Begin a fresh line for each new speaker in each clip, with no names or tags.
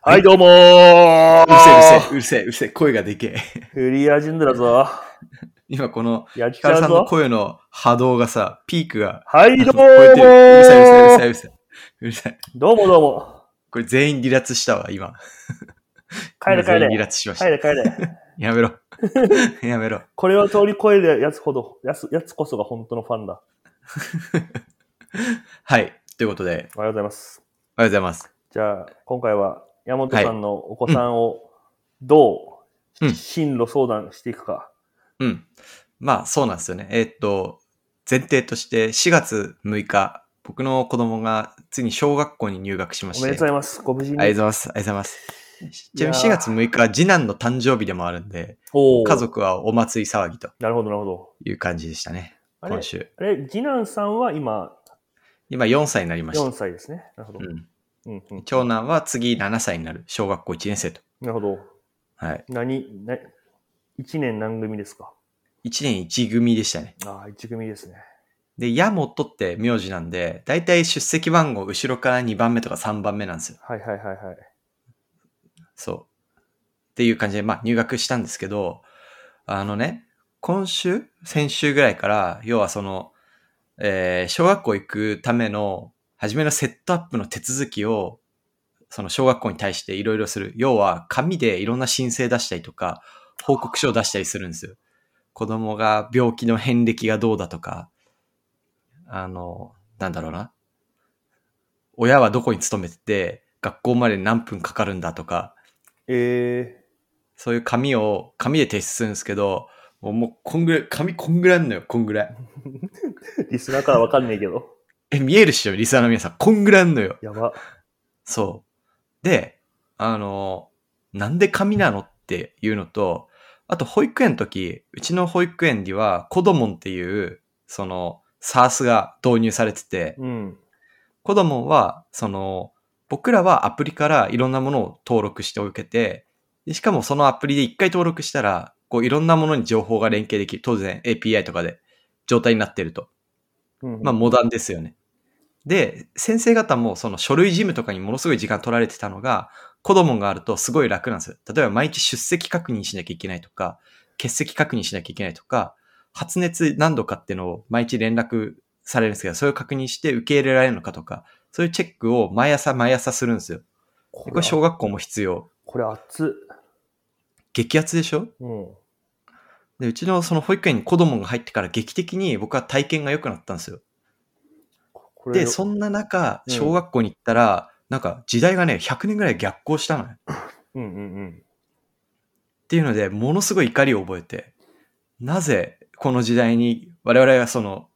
はい、どうもー
うるせえ、うるせえ、うるせえ、うるせえ、声がでけえ。
フリーアジェンダだぞ。
今この、
やっ
ヒ
ち
カル
ゃ
さ
うん
の
ぞ。
声の波動がさ、ピークが、
はい、
あ
どう
の超
も
えてる。うるさい、うるさい、うるさい、う
ー
るさい。うるさい。
どうもどうも。
これ全員離脱したわ、今。
帰れ
今
帰
全員
れ。
離脱しまし
帰
た。
れ帰れ。
やめろ。 やめろ。
これを通り越えるやつほど、やつ、やつこそが本当のファンだ。
はい。ということで、おはよ
おはようございます。
うございます。
じゃあ、今回は、山本さんのお子さんを、ど
う
う、
ん
進路相談していくか。
うん。まあ、そうなんですよね。えーっと、前提として4月6日、僕の子供がついに小学校に入学しまし
お
て。
めでとうございます。ご無事に。
ありがとうございます。ありがとうございます。ちなみに
いや
4
ー
月6日は次男の誕生日でもあるんで、
おー
家。族はお祭り騒ぎと
なるほど、なるほど。
いう感じでしたね。
あれ
今、週。
あれ次男さんは今、
今4歳になりました
4。歳ですね。なるほど
う。ん、
うんうん
長男は次7歳になる。小学校1年生と。
なるほど。
はい。
何、な一年何組ですか
1年1組でしたね。
ああ、一組ですね。
で、矢本って名字なんで、だいたい出席番号後ろから2番目とか3番目なんですよ。
はいはいはいはい。
そう。っていう感じで、まあ入学したんですけど、あのね、今週先週ぐらいから、要はその、えー小学校行くための、初めのセットアップの手続きを、その小学校に対していろいろする。要は、紙でいろんな申請出したりとか、報告書を出したりするんですよ。子供が病気の遍歴がどうだとか、あの、なんだろうな。親はどこに勤めてて、学校まで何分かかるんだとか、
え
そういう紙を、紙で提出するんですけど、もう、もうこんぐらい、紙こんぐらいあんのよ、こんぐらい。
ー、リスナーからわかんないけど。
え、見えるっしょ、リスナーの皆さん。こんぐらいあんの よ。
やば。
そう。で、あの、なんで紙なのっていうのと、あと保育園の時、うちの保育園には、コドモンっていう、その、サースが導入されてて、
うん。
コドモンは、その、僕らはアプリからいろんなものを登録しておけて、でしかもそのアプリで一回登録したら、こういろんなものに情報が連携できる。当然 API とかで状態になってると。
うん、
まあモダンですよね。で、先生方もその書類事務とかにものすごい時間取られてたのが、コドモンがあるとすごい楽なんですよ。例えば毎日出席確認しなきゃいけないとか、欠席確認しなきゃいけないとか、発熱何度かっていうのを毎日連絡されるんですけど、それを確認して受け入れられるのかとか、そういうチェックを毎朝毎朝するんですよ。
こ
これ小学校も必要。
これ熱っ。
激アツでしょ
うん。
で、うちのその保育園に子供が入ってから劇的に僕は体験が良くなったんですよ。
ここれ
で、そんな中、
うん
小学校に行ったら、なんか時代がね、100年ぐらい逆行したのよ。っ
うんうんうん。
ていうので、ものすごい怒りを覚えて、なぜこの時代に我々がその、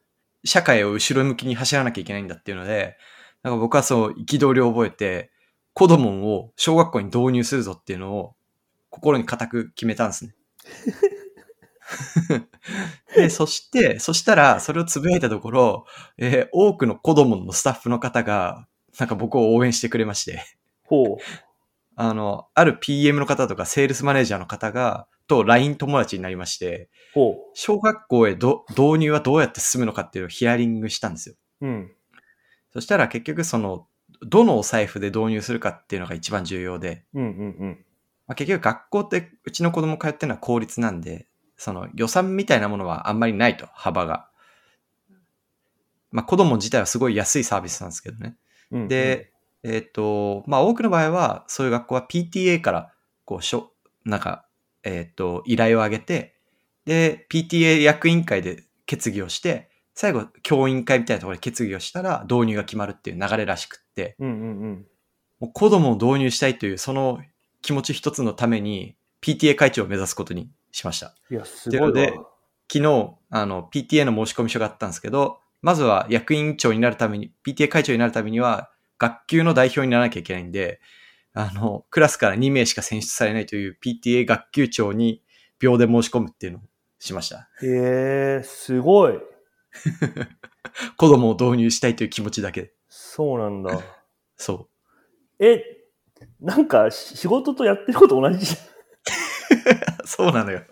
社会を後ろ向きに走らなきゃいけないんだっていうので、なんか僕はそう、憤りを覚えて、子供を小学校に導入するぞっていうのを、心に固く決めたんですね。で、そして、そしたら、それをつぶやいたところ、えー多くの子供のスタッフの方が、なんか僕を応援してくれまして、
ほう。
あの、ある PM の方とか、セールスマネージャーの方が、と LINE 友達になりまして、
ほ
小学校へど導入はどうやって進むのかっていうのをヒアリングしたんですよ。
う。うん。
そしたら結局その、どのお財布で導入するかっていうのが一番重要で、
うんうん
まあ、結局学校ってうちの子供通ってるのは公立なんで、その予算みたいなものはあんまりないと、幅が。まあ子供自体はすごい安いサービスなんですけどね。
うん。うん、
で、えっ、と、まあ多くの場合は、そういう学校は PTA から、こう、しょ、なんか、えっ、と、依頼を上げて、で、PTA 役員会で決議をして、最後、教員会みたいなところで決議をしたら、導入が決まるっていう流れらしくって、
うんうんうん。
もう子供を導入したいという、その気持ち一つのために、PTA 会長を目指すことにしました。
いや、すごいわ。
というこ昨日、あの、PTA の申し込み書があったんですけど、まずは役員長になるために、PTA 会長になるためには、学級の代表にならなきゃいけないんで、あの、クラスから2名しか選出されないという PTA 学級長に秒で申し込むっていうのをしました。
えー、すごい。
子供を導入したいという気持ちだけで。
そうなんだ。
そ
え、なんかし仕事とやってること同じじ
う。 そうなのよ。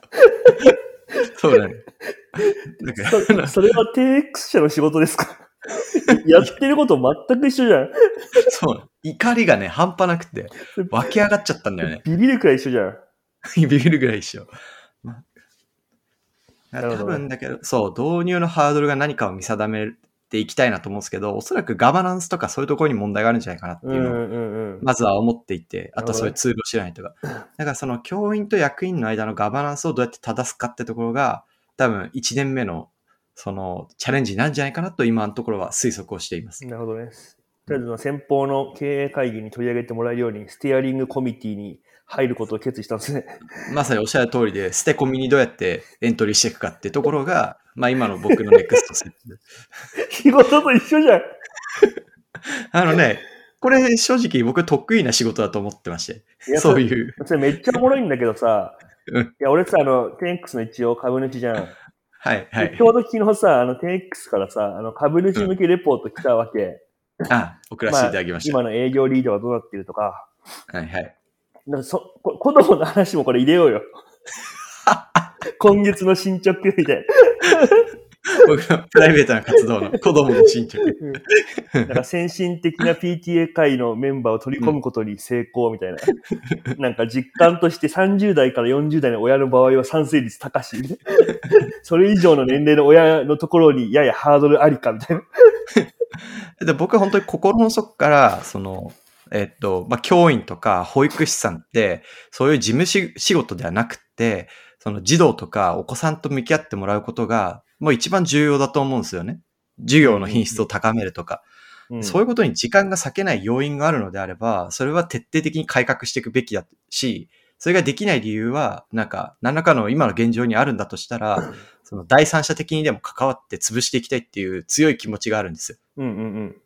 そうなのよ。なん
ゃん。
か、
そそれは TX 社の仕事ですか やってること全く一緒じゃん。
そう。怒りがね、半端なくて、湧き上がっちゃったんだよね。
ビビるくらい一緒じゃん。
ビビるぐらい一緒。まあ、
なるほ
多
どね
分だけど、そう、導入のハードルが何かを見定めていきたいなと思うんですけど、おそらくガバナンスとかそういうところに問題があるんじゃないかなって
う
いうのを
んうんうん。
まずは思っていて、あ
なるほど
とはそういうツールを知らないとか。だからその教員と役員の間のガバナンスをどうやって正すかってところが、多分1年目のそのチャレンジなんじゃないかなと今のところは推測をしています。
なるほどね。とりあえずまあ、先方の経営会議に取り上げてもらうように、ステアリングコミティに入ることを決意したんですね。
まさにおっしゃる通りで、捨て込みにどうやってエントリーしていくかってところが、まあ今の僕のネクストステップ。
仕事と一緒じゃん。
あのね、これ正直僕得意な仕事だと思ってまして
い、や
そういう。
それめっちゃおもろいんだけどさ、
うん
いや、俺さ、あの、10X の一応株主じゃん。
はいはい
でち。ょうど昨日さ、あの、10X からさ、あの、株主向けレポート来たわけ。
あ、送らせていただきました。
今の営業リードはどうなってるとか。
はいはい。
なんかそこ子供の話もこれ入れよう よ。今月の進捗みたい
僕のプライベートな活動 の子供の進捗。
な。なんか先進的な PTA 会のメンバーを取り込むことに成功みたいな。 なんか実感として30代から40代の親の場合は賛成率高し。 それ以上の年齢の親のところにややハードルありかみたいな。
で僕は本当に心の底から、その、えっと、まあ、教員とか保育士さんって、そういう事務し仕事ではなくって、その児童とかお子さんと向き合ってもらうことが、もう一番重要だと思うんですよね。授業の品質を高めるとか、
うん
そういうことに時間が割けない要因があるのであれば、それは徹底的に改革していくべきだし、それができない理由は、なんか、何らかの今の現状にあるんだとしたら、その第三者的にでも関わって潰していきたいっていう強い気持ちがあるんですよ
うんうんうん。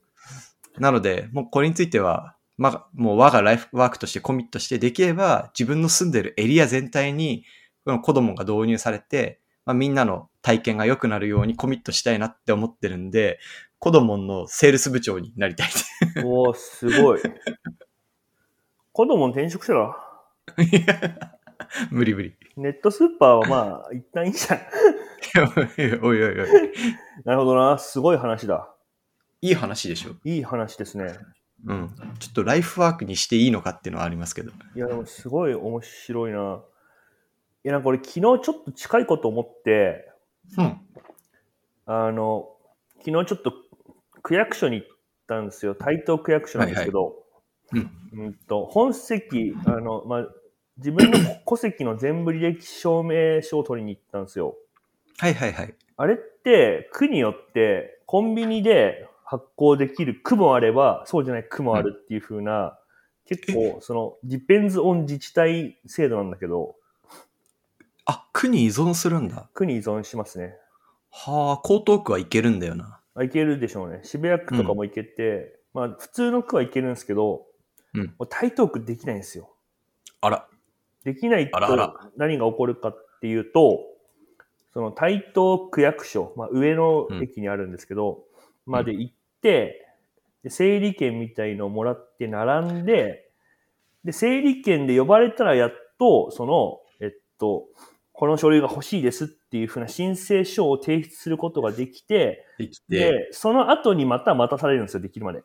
なので、もうこれについては、まあ、もう我がライフワークとしてコミットして、できれば自分の住んでるエリア全体に、この子供が導入されて、まあ、みんなの体験が良くなるようにコミットしたいなって思ってるんで、子供のセールス部長になりたい
おー、すごい。子供転職したら、
って。いや無理無理。い
ネットスーパーはまあ、一旦いいじゃん。
や おいおいおい。
なるほどな。すごい話だ。
いい話でしょ。
いい話ですね。
うん。ちょっとライフワークにしていいのかっていうのはありますけど。
いや、でもすごい面白いな。いや、なんか俺昨日ちょっと近いこと思って、
うん。
あの、昨日ちょっと区役所に行ったんですよ。台東区役所なんですけど、
はいはい
うんと本籍、あの、まあ、自分の戸籍の全部履歴証明書を取りに行ったんですよ。
はいはいはい。
あれって、区によって、コンビニで発行できる区もあれば、そうじゃない区もあるっていう風な、結構、その、ディペンズオン自治体制度なんだけど、
あ、区に依存するんだ。
区に依存しますね。
はあ、江東区はいけるんだよな。
あ、いけるでしょうね。渋谷区とかもいけて、まあ、普通の区はいけるんですけど、
うん
もう台東区できないんですよ。
あら。
できないと
あらあら
何が起こるかっていうと、その台東区役所、まあ、上の駅にあるんですけど、まで行って、で整理券みたいのをもらって並んで、で、整理券で呼ばれたらやっと、その、えっと、この書類が欲しいですっていうふうな申請書を提出することができて、
できて。
で、その後にまた待たされるんですよ、できるまで。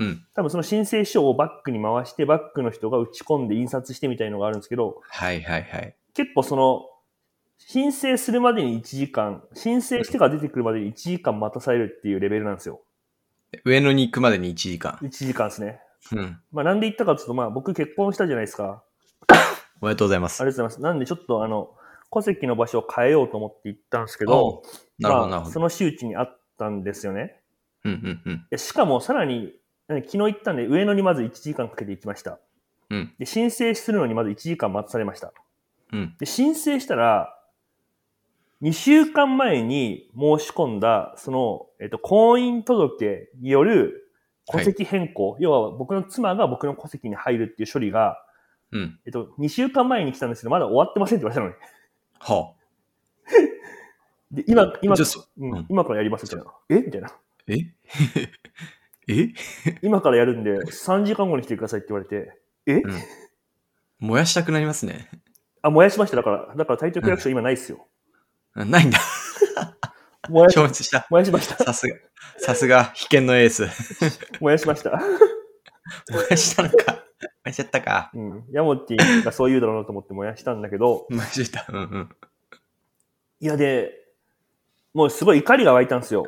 うん。
多分その申請書をバックに回して、バックの人が打ち込んで印刷してみたいのがあるんですけど、
はいはいはい。
結構その、申請するまでに1時間、申請してから出てくるまでに1時間待たされるっていうレベルなんですよ。
上野に行くまでに1時間。
1時間ですね。
うん。
まあなんで言ったかというと、まあ僕結婚したじゃないですか。
おめでとうございます。
ありがとうございます。なんでちょっとあの、戸籍の場所を変えようと思って行ったんですけ
お
ど
う、なるほど
ま
な
あ
るほ
そ
ど。
の周知にあったんですよね。
うんうんうん。
でしかもさらに、なんで昨日行ったんで上野にまず1時間かけて行きました。
うん
で、申請するのにまず1時間待たされました。
うん。
で、申請したら、2週間前に申し込んだ、その、えっと、婚姻届による戸籍変更、要は僕の妻が僕の戸籍に入るっていう処理が、
うん。
えっと、2週間前に来たんですけど、まだ終わってませんって言われたのに。
は
で、今、
あ。
今、
じゃあそ
うん
うん
今からやりますみたいな。えみたいな。
え え
今からやるんで、3時間後に来てくださいって言われて、え、
ん燃やしたくなりますね。
あ、燃やしました。だから、だから台東区役所今ないっすよ。
あないんだ。
燃やし
消滅した。
燃やしました。
さすが、さすが、被験のエース。
燃やしました。
燃やしたのか。燃やしちゃったか。
うん。ヤモティがそう言うだろうなと思って燃やしたんだけど、
燃やしちゃった。うんうん。
いやで、もうすごい怒りが湧いたんですよ。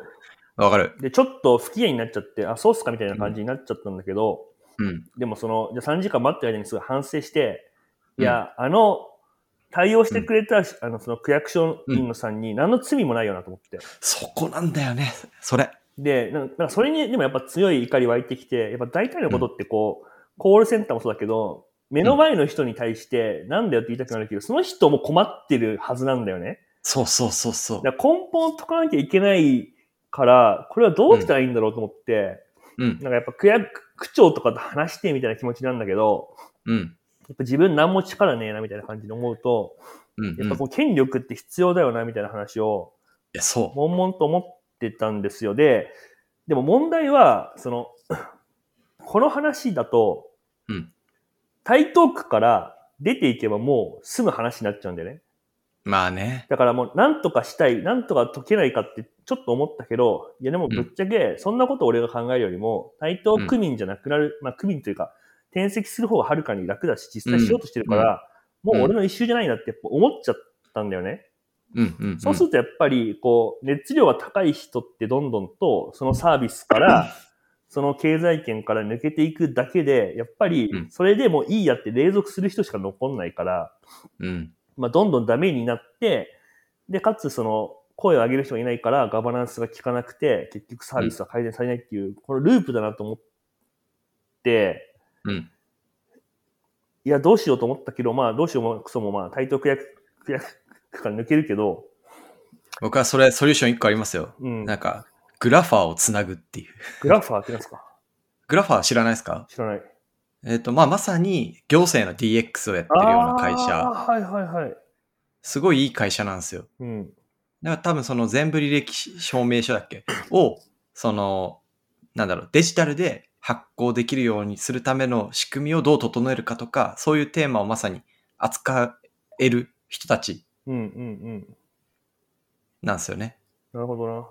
わかる。
で、ちょっと不機嫌になっちゃって、あ、そうっすかみたいな感じになっちゃったんだけど、
うん。
でもその、じゃあ3時間待ってる間にすごい反省して、いや、あの、対応してくれた、あの、その区役所員のさんに何の罪もないよなと思って。
そこなんだよね。それ。
で、なんかなんかそれに、でもやっぱ強い怒り湧いてきて、やっぱ大体のことってこう、コールセンターもそうだけど、目の前の人に対して、なんだよって言いたくなるけど、その人も困ってるはずなんだよね。
そうそうそうそう。
だから根本を解かなきゃいけないから、これはどうしたらいいんだろうと思って、
うん。
なんかやっぱ区役区長とかと話してみたいな気持ちなんだけど、
うん。
やっぱ自分何も力ねえなみたいな感じで思うと、
うん、う
やっ
ん。
ぱ
い
こう権力って必要だよなみたいな話を、
や、そ
悶々と思ってたんですよ。で、でも問題は、その、 この話だと、
うん
台東区から出ていけばもう済む話になっちゃうんだよね。
う。まあね。
だからもう何とかしたい、何とか解けないかってちょっと思ったけど、いやでもぶっちゃけ、そんなこと俺が考えるよりも、対等区民じゃなくなる、まあ区民というか、転籍する方がはるかに楽だし、実際しようとしてるから、
ん
もう俺の一周じゃないなってやっぱ思っちゃったんだよね。
うんうん、うん。
そうするとやっぱり、こう、熱量が高い人ってどんどんと、そのサービス から、その経済圏から抜けていくだけで、やっぱり
うん、
それでもういいやって隷属する人しか残んないから、
うん。
まあ、どんどんダメになって、で、かつその、声を上げる人がいないからガバナンスが効かなくて、結局サービスは改善されないっていう、このループだなと思って、
うん。
いや、どうしようと思ったけど、まあ、どうしようもクソも、まあ、台東区役区役区から抜けるけど、
僕はそれ、ソリューション1個ありますよ。
うん、
なんか、グラファーをつなぐっていう。
グラファーってなんですか
グラファー知らないですか
知らない。
えっ、と、まあ、まさに行政の DX をやってるような会社。
あーはいはいはい。
すごいいい会社なんですよ。
うん。
だから多分その全部履歴証明書だっけを、その、なんだろう、デジタルで発行できるようにするための仕組みをどう整えるかとか、そういうテーマをまさに扱える人たち
うんうんうん。
なんですよね。
なるほどな。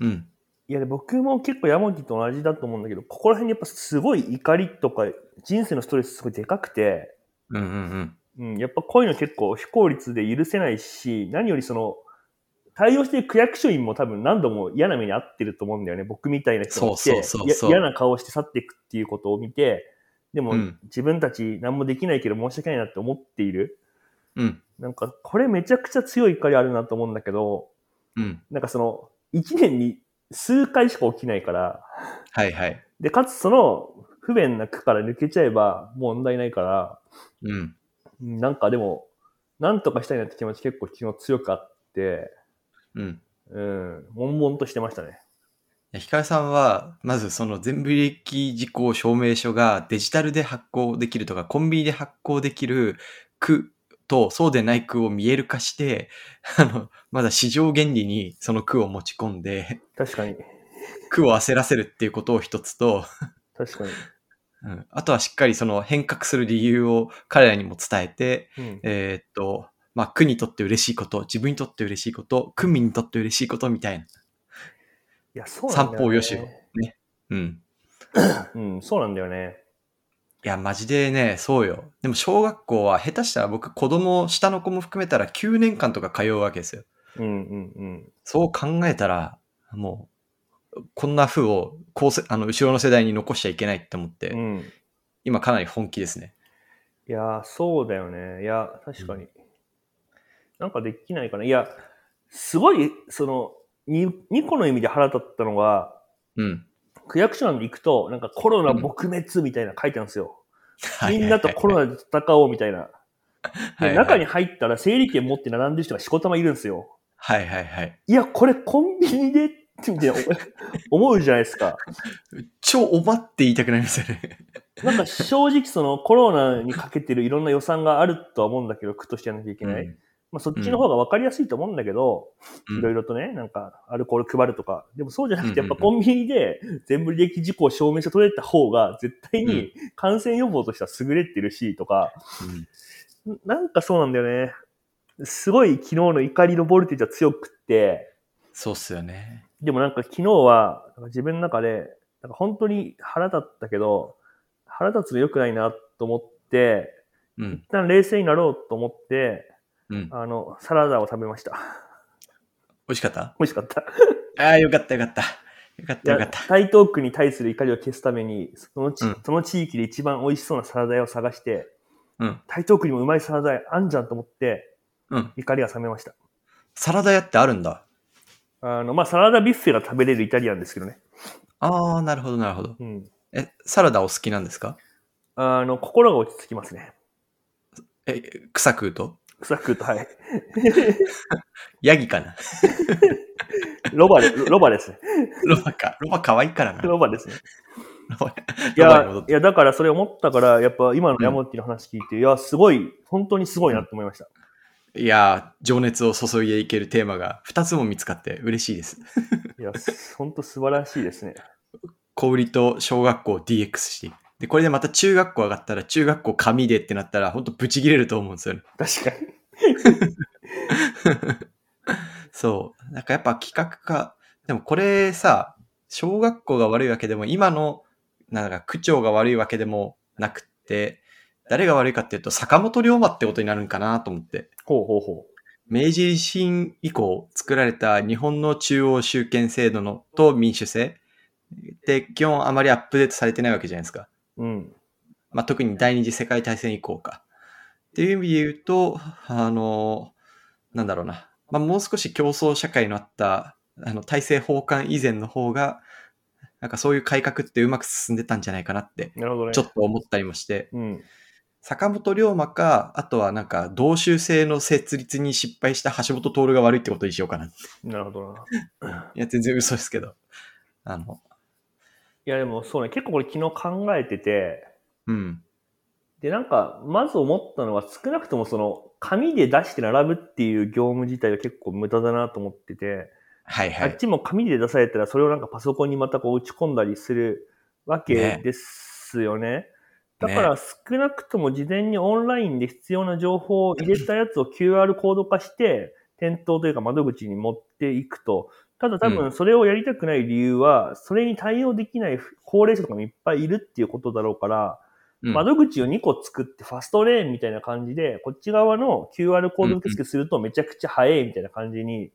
うん。
いや、で僕も結構ヤモティと同じだと思うんだけど、ここら辺にやっぱすごい怒りとか、人生のストレスすごいでかくて、
うんうん
うん、やっぱこういうの結構非効率で許せないし、何よりその、対応してる区役所員も多分何度も嫌な目に遭ってると思うんだよね。僕みたいな人がい
そう
て
そうそう
や
そう
嫌な顔して去っていくっていうことを見て、でも、
うん
自分たち何もできないけど申し訳ないなって思っている。
うん。うん。
なんか、これめちゃくちゃ強い怒りあるなと思うんだけど、
うん。
なんかその、一年に数回しか起きないから、
はいはい。
で、かつその、不便な区から抜けちゃえばもう問題ないから、
うん。
うんなんかでも、なんとかしたいなって気持ち結構昨日強くあって、
うん。
うん、悶々としてましたね。
いやヒカルさんは、まずその全部履歴事項証明書がデジタルで発行できるとか、コンビニで発行できる区とそうでない区を見える化して、あの、まだ市場原理にその区を持ち込んで、
確かに。
区を焦らせるっていうことを一つと、
確かに。
うんあとはしっかりその変革する理由を彼らにも伝えて、
うん、
えーっと、まあ、区にとって嬉しいこと、自分にとって嬉しいこと、区民にとって嬉しいことみたいな。
いや、そうなんだよ、ね。
散歩よしようん。
うん、そうなんだよね。
いや、マジでね、そうよ。でも小学校は下手したら僕子供、下の子も含めたら9年間とか通うわけですよ。
うん、うん、うん。
そう考えたら、もう、こんな風を後世あの後ろの世代に残しちゃいけないって思って、
うん、
今かなり本気ですね。
いや、そうだよね。いや、確かに。なんかできないかな。いや、すごい、その、に、2個の意味で腹立ったのが、
うん。
区役所なんで行くと、なんかコロナ撲滅みたいなの書いてあるんですよ。
はい
みんなとコロナで戦おうみたいな。
はい
で、
はい
中に入ったら整理券持って並んでる人がしこたまいるんですよ。
はいはいはい。
いや、これコンビニでってみたいな 思思うじゃないですか。
超おばって言いたくなりますよね。
なんか正直そのコロナにかけてるいろんな予算があるとは思うんだけど、区としてやらなきゃいけない。まあそっちの方が分かりやすいと思うんだけど、
うん
いろいろとね、なんかアルコール配るとか。でもそうじゃなくてや
うん
っ
うんうん
ぱコンビニで全部履歴事項証明書取れた方が絶対に感染予防としては優れてるしとか、
うん
なんかそうなんだよね。すごい昨日の怒りのボルテージは強くって、
そうっすよね。
でもなんか昨日は、なんか自分の中で、なんか本当に腹立ったけど、腹立つの良くないなと思って、
うん
一。旦冷静になろうと思って、
うん。美
あの、サラダを食べました。
味しかった
美味しかった。
ああ、よかったよかった。よかっ
い
たよか
や
った。
台東区に対する怒りを消すために、そのち、
うん
その地域で一番美味しそうなサラダ屋を探して、
うん。
台東区にもうまいサラダ屋あんじゃんと思って、
うん。
怒りが冷めました。
サラダ屋ってあるんだ。
あの、まあ、サラダビュッフェが食べれるイタリアンですけどね。
ああ、なるほどなるほど。
うん。
え、サラダお好きなんですか
あの、心が落ち着きますね。
え、草食うと
臭くと、はい。
ヤギかな
ロバで、 ロバですね。
ロバか。ロバ可愛いからな。ロ
ロバですね。
バ
い
ロバに
や
戻っ、て
いや、だからそれ思ったから、やっぱ今のヤモティの話聞いて、いや、すごい、本当にすごいなと思いました。
いやー、情熱を注いでいけるテーマが2つも見つかって嬉しいです。
いや、本当素晴らしいですね。
小売りと小学校を DX していく。で、これでまた中学校上がったら、中学校紙でってなったら、ほんとブチ切れると思うんですよね。
確かに。
そう。なんかやっぱ企画化。でもこれさ、小学校が悪いわけでも、今の、なんか区長が悪いわけでもなくって、誰が悪いかっていうと、坂本龍馬ってことになるんかなと思って。
ほうほうほ
明治維新以降作られた日本の中央集権制度のと民主制って基本あまりアップデートされてないわけじゃないですか。
う。うん。
まあ、特に第二次世界大戦以降か。っていう意味で言うと、あの、なんだろうな。まあ、もう少し競争社会のあった、あの、大政奉還以前の方が、なんかそういう改革ってうまく進んでたんじゃないかなって、
なるほどね。
ちょっと思ったりもして、
うん。
坂本龍馬か、あとはなんか、同州制の設立に失敗した橋本徹が悪いってことにしようかな。い
なるほどな。
や、全然嘘ですけど。あの、
いや、でもそうね、結構これ昨日考えてて、
うん。
で、なんか、まず思ったのは、少なくともその、紙で出して並ぶっていう業務自体は結構無駄だなと思ってて、
はいは
あっ
い。
ちも紙で出されたら、それをなんかパソコンにまたこう打ち込んだりするわけ
ね
ですよね。だから少なくとも事前にオンラインで必要な情報を入れたやつを QR コード化して、店頭というか窓口に持っていくと。ただ多
う
分それをやりたくない理由は、それに対応できない高齢者とかもいっぱいいるっていうことだろうから、
うん
窓口を2個作ってファストレーンみたいな感じで、こっち側の QR コード受付するとめちゃくちゃ早いみたいな感じに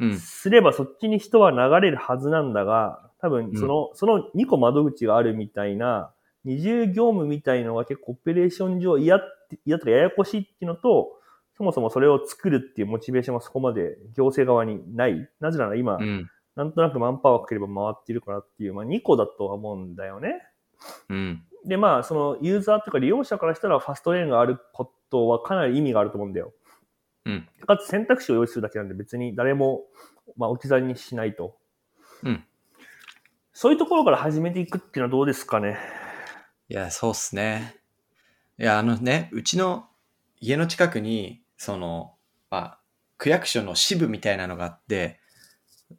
うん。
すればそっちに人は流れるはずなんだが、多分その、その2個窓口があるみたいな、二重業務みたいのが結構オペレーション上嫌って、嫌とかややこしいっていうのと、そもそもそれを作るっていうモチベーションはそこまで行政側にない。なぜなら今、
うん。
なんとなくマンパワーかければ回ってるからっていう、まあ2個だとは思うんだよね。
うん。
で、まあ、そのユーザーというか利用者からしたらファストレーンがあることはかなり意味があると思うんだよ。
うん。
かつ選択肢を用意するだけなんで別に誰も、まあ、置き去りにしないと。
うん。
そういうところから始めていくっていうのはどうですかね。
いや、そうっすね。いや、あのね、うちの家の近くに、その、まあ、区役所の支部みたいなのがあって、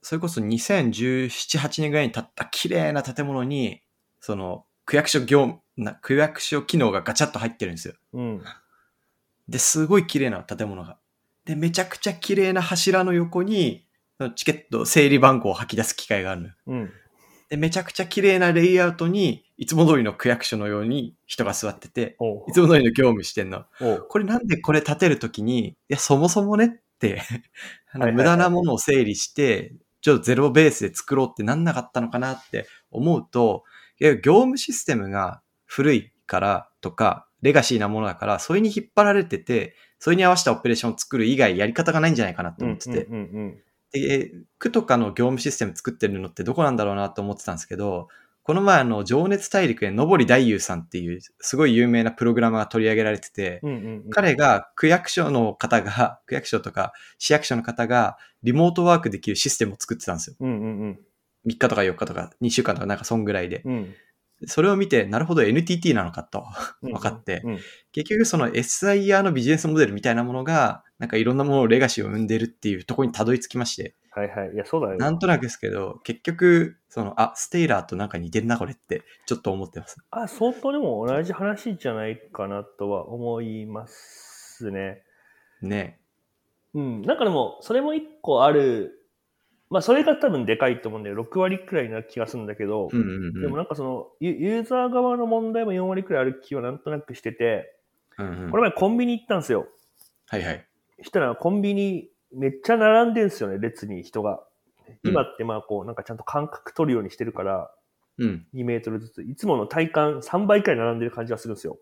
それこそ2017、8年ぐらいに建った綺麗な建物に、その、区役所業務な、区役所機能がガチャッと入ってるんですよ。
うん。
で、すごい綺麗な建物が。で、めちゃくちゃ綺麗な柱の横に、そのチケット、整理番号を吐き出す機械があるのよ。
うん。
で、めちゃくちゃ綺麗なレイアウトに、いつも通りの区役所のように人が座ってて、
おう
いつも通りの業務してんの。
おう
これなんでこれ立てるときに、いや、そもそもねって、 あ
はいはいはい
の無駄なものを整理して、ちょっとゼロベースで作ろうってなんなかったのかなって思うと、いや、業務システムが古いからとか、レガシーなものだから、それに引っ張られてて、それに合わせたオペレーションを作る以外やり方がないんじゃないかなと
うん
思ってて、
うんうん
で、区とかの業務システム作ってるのってどこなんだろうなと思ってたんですけど、この前あの、情熱大陸でのぼり大優さんっていう、すごい有名なプログラマーが取り上げられてて、
うん。うんうんうん。
彼が区役所の方が、区役所とか市役所の方がリモートワークできるシステムを作ってたんですよ。
うんうんうん。
3日とか4日とか2週間とかなんかそんぐらいで。
うん。
それを見て、なるほど NTT なのかと。
うん
分かって
うん。
結局その SIR のビジネスモデルみたいなものが、なんかいろんなものをレガシーを生んでるっていうところにたどり着きまして、
はいはい。いや、そうだよ。
なんとなくですけど、結局、その、あ、ステイラーとなんか似てるな、これって、ちょっと思ってます。
あ、相当でも同じ話じゃないかなとは思いますね。
ね
うん、なんかでも、それも一個ある、まあ、それが多分でかいと思うんだよ。6割くらいな気がするんだけど、
うんうんうん。
でもなんかその、ユユーザー側の問題も4割くらいある気はなんとなくしてて、
うんうん
この前コンビニ行ったんですよ。
はいはい。
したらコンビニめっちゃ並んでるんですよね、列に人が。
うん
今ってまあこう、なんかちゃんと間隔取るようにしてるから、
うん。
2メートルずつ、いつもの体感3倍くらい並んでる感じがするんですよ。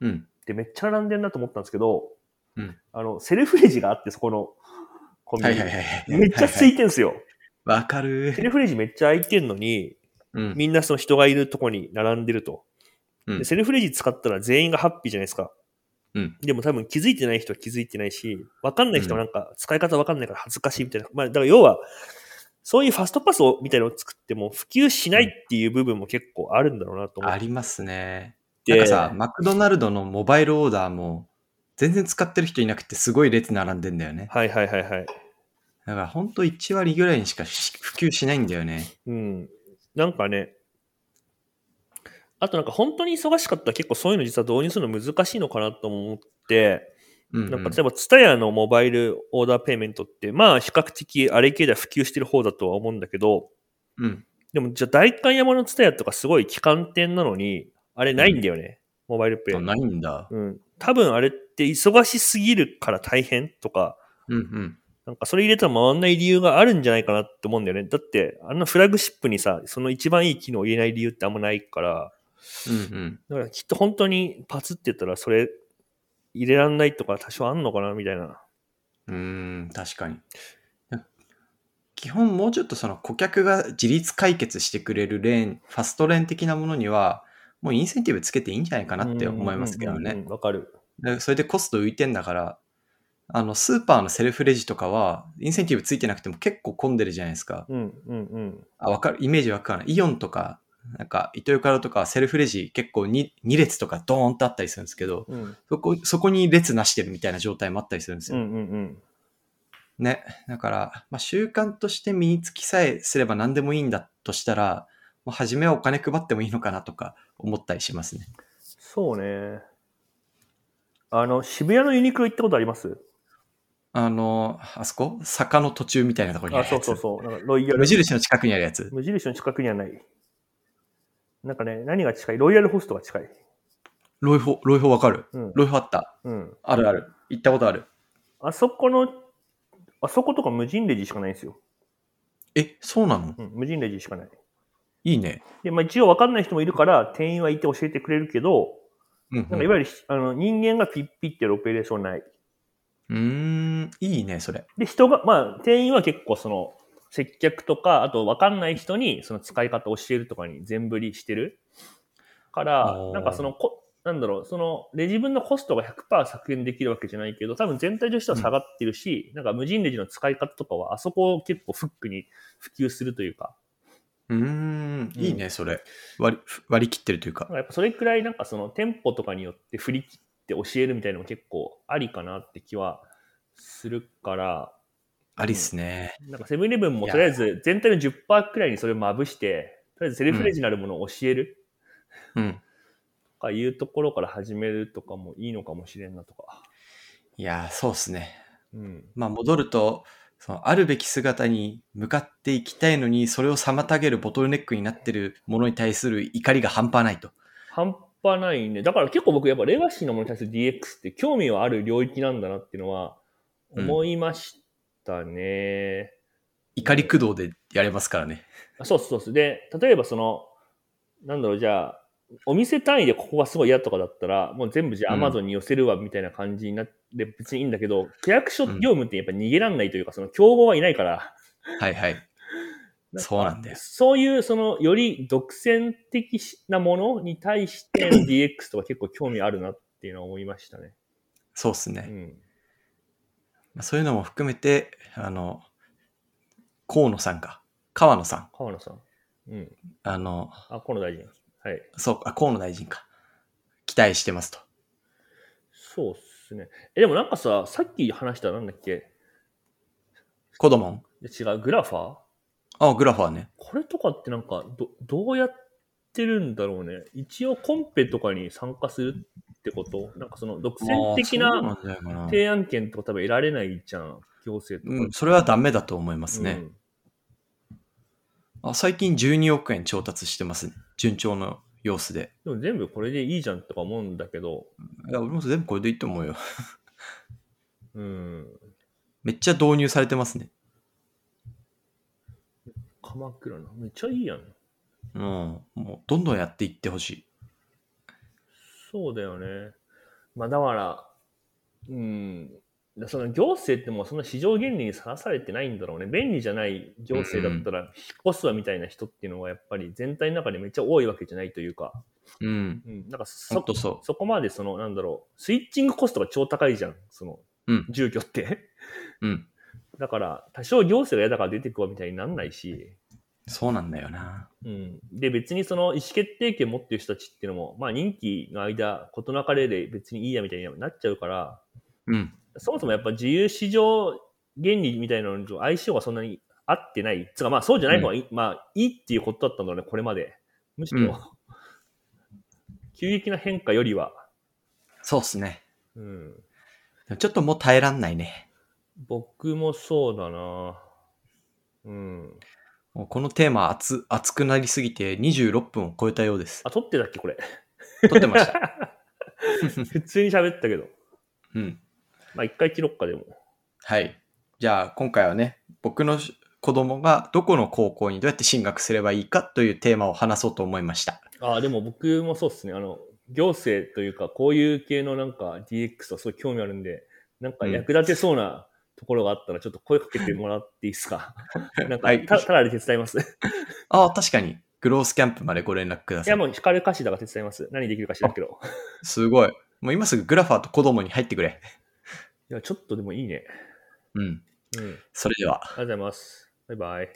うん。
で、めっちゃ並んでんなと思ったんですけど、
うん
あの、セルフレジがあって、そこのコンビ
は
ニ。
いはいはい。
めっちゃ空いてんすよ。
わかる
セ。ルフレジめっちゃ空いてんのに、
うん。
みんなその人がいるとこに並んでると。
うん
でセルフレジ使ったら全員がハッピーじゃないですか。
うん
でも多分気づいてない人は気づいてないし、わかんない人はなんか使い方わかんないから恥ずかしいみたいな。まあ、だから要は、そういうファストパスをみたいなのを作っても普及しないっていう部分も結構あるんだろうなと思
あ
っ
りますね。
て。
なんかさ、マクドナルドのモバイルオーダーも、全然使ってる人いなくて、すごい列並んでんだよね。
はいはいはいはい。
だから、ほんと1割ぐらいにしかし普及しないんだよね。
うん。なんかね、あとなんか本当に忙しかったら結構そういうの実は導入するの難しいのかなとも思って、
うん、
なんか例
う
えば TSUTAYA のモバイルオーダーペイメントって、まあ比較的あれ系では普及してる方だとは思うんだけど、
ん。うん。
でもじゃあ代官山の TSUTAYA とかすごい旗艦店なのに、あれないんだよね、モバイルペイ
あないんだ。
うん。多分あれって忙しすぎるから大変とか、
うんうん。
なんかそれ入れたら回んない理由があるんじゃないかなって思うんだよね。だって、あんなフラグシップにさ、その一番いい機能を入れない理由ってあんまないから、
うんうん。
だからきっと本当にパツって言ったらそれ入れらんないとか多少あんのかなみたいな。
うーん、確かに。基本もうちょっとその顧客が自立解決してくれるレーン、ファストレーン的なものには、もうインセンティブつけていいんじゃないかなって思いますけど
うんうん
ね。
うん。わかる。
でそれでコスト浮いてんだから、あの、スーパーのセルフレジとかは、インセンティブついてなくても結構混んでるじゃないですか。
うんうんうん。
あ、わかる、イメージわかる。イオンとか、なんか、イトヨカロとかはセルフレジ結構 2, 2列とかドーンとあったりするんですけど、
うん
そこ、そこに列なしてるみたいな状態もあったりするんです
う
よ。
んうん
ね。だから、まあ、習慣として身につきさえすれば何でもいいんだとしたら、もう初めはお金配ってもいいのかなとか思ったりしますね。
そうね。あの、渋谷のユニクロ行ったことあります
あの、あそこ坂の途中みたいなところにあ
あ、
るや
そう
つ。
そうそう。なんかロイヤル
無。印の近くにあるやつ。
無印の近くにはない。なんかね、何が近いロイヤルホストが近い。
ロイホ、ロイホわかる
うん。
ロイホあった。
うん。
あるある。行ったことある。
あそこの、あそことか無人レジしかないんですよ。
え、そうなの
うん、無人レジしかない。
いいね。
で、まあ一応わかんない人もいるから、店員はいて教えてくれるけど、
うん、うん。
なんかいわゆる、あの人間がピッピッってやるオペレーションない。
うーん、いいね、それ。
で、人が、まあ店員は結構その、接客とか、あとわかんない人にその使い方を教えるとかに全振りしてるから
お、ー
なんかそのこ、なんだろう、その、レジ分のコストが100%削減できるわけじゃないけど、多分全体としては下がってるし、なんか無人レジの使い方とかは、あそこを結構フックに普及するというか、
うーん、いいね、それ。割り、割り切ってるというか
なん。かやっぱそれくらいなんかその店舗とかによって振り切って教えるみたいなのも結構ありかなって気はするから、
ありっすね。
なんかセブンイレブンもとりあえず全体の10%くらいにそれをまぶして、とりあえずセルフレジなるものを教える
うん。
とかいうところから始めるとかもいいのかもしれんなとか。
いやー、そうっすね。
うん。
まあ、戻ると、そのあるべき姿に向かっていきたいのに、それを妨げるボトルネックになってるものに対する怒りが半端ないと。
半端ないね。だから結構僕やっぱレガシーのものに対する DX って興味はある領域なんだなっていうのは思いましたね。
怒り駆動でやれますからね。
あそうそうそう。で、例えばその、なんだろう、じゃあ、お店単位でここがすごい嫌とかだったら、もう全部じゃあ
う
Amazon
ん
に寄せるわみたいな感じになって、別にいいんだけど、区役所
う
業
ん
務ってやっぱ逃げらんないというか、その競合はいないから、
はい はい。そうなんだよ。
そういうそのより独占的なものに対しての DX とか結構興味あるなっていうのは思いましたね。
そうっす
う
ね。
ん。
まあそういうのも含めて、あの、河野さんか。川野さん。
河野さん。うん。
あの、
あ、河野大臣。はい。
そう、あ、河野大臣か。期待してますと。
そうっすね。え、でもなんかさ、さっき話したなんだっけ
子供
違う、グラファー
あ、グラファーね。
これとかってなんかど、どうやってるんだろうね。一応コンペとかに参加するってことなんかその独占的
まあそうな
なん
じゃないかな
提案権とか多分得られないじゃん、行政と
う
か
ん、。それはダメだと思います
う
ね。
ん
あ最近12億円調達してますね。順調の様子で。
でも全部これでいいじゃんとか思うんだけど、
いや、俺も全部これでいいと思うよ。
うん、
めっちゃ導入されてますね。
鎌倉な、めっちゃいいやん。
うん。もうどんどんやっていってほしい。
そうだよね。まあだから、うん、だその行政ってもうその市場原理にさらされてないんだろうね。便利じゃない行政だったら、引っ越すわみたいな人っていうのはやっぱり全体の中でめっちゃ多いわけじゃないというか、
うん。
うん、なんか
ほん
そ
とそ
そこまでその、なんだろう、スイッチングコストが超高いじゃん、その、
うん
住居って。
う。うん。
だから、多少行政が嫌だから出てくわみたいになんないし、
そうなんだよな。
うん、で別にその意思決定権持ってる人たちっていうのも、まあ、任期の間事なかれで別にいいやみたいになっちゃうから
うん。
そもそもやっぱ自由市場原理みたいなのと相性がそんなに合ってないつうかまあそうじゃない方がいい,、まあ、いいっていうことだったんだろうねこれまでむしろ、
うん
急激な変化よりは、
そうっすね。
うん、
でもちょっともう耐えらんないね。
僕もそうだなうん
もうこのテーマ熱、熱くなりすぎて26分を超えたよう です。
あ撮ってたっけこれ
撮ってました。
普通に喋ったけど
うん。
まあ一回切ろっかでも
はい。じゃあ今回はね、僕の子供がどこの高校にどうやって進学すればいいかというテーマを話そうと思いました。
ああ、でも僕もそうですね。あの、行政というか、こういう系のなんか DX はすごい興味あるんで、なんか役立てそうなところがあったら、ちょっと声かけてもらっていいですかなんか、
はい
たただで手伝います。い
ああ、確かに。グロースキャンプまでご連絡くださ
や、
い。
もう光る歌詞だから手伝います。何できるか知らんけど。
すごい。もう今すぐグラファーと子供に入ってくれ。
いや、ちょっとでもいいね。
うん。
うん。ありが
それでは。
とうございます。バイバイ。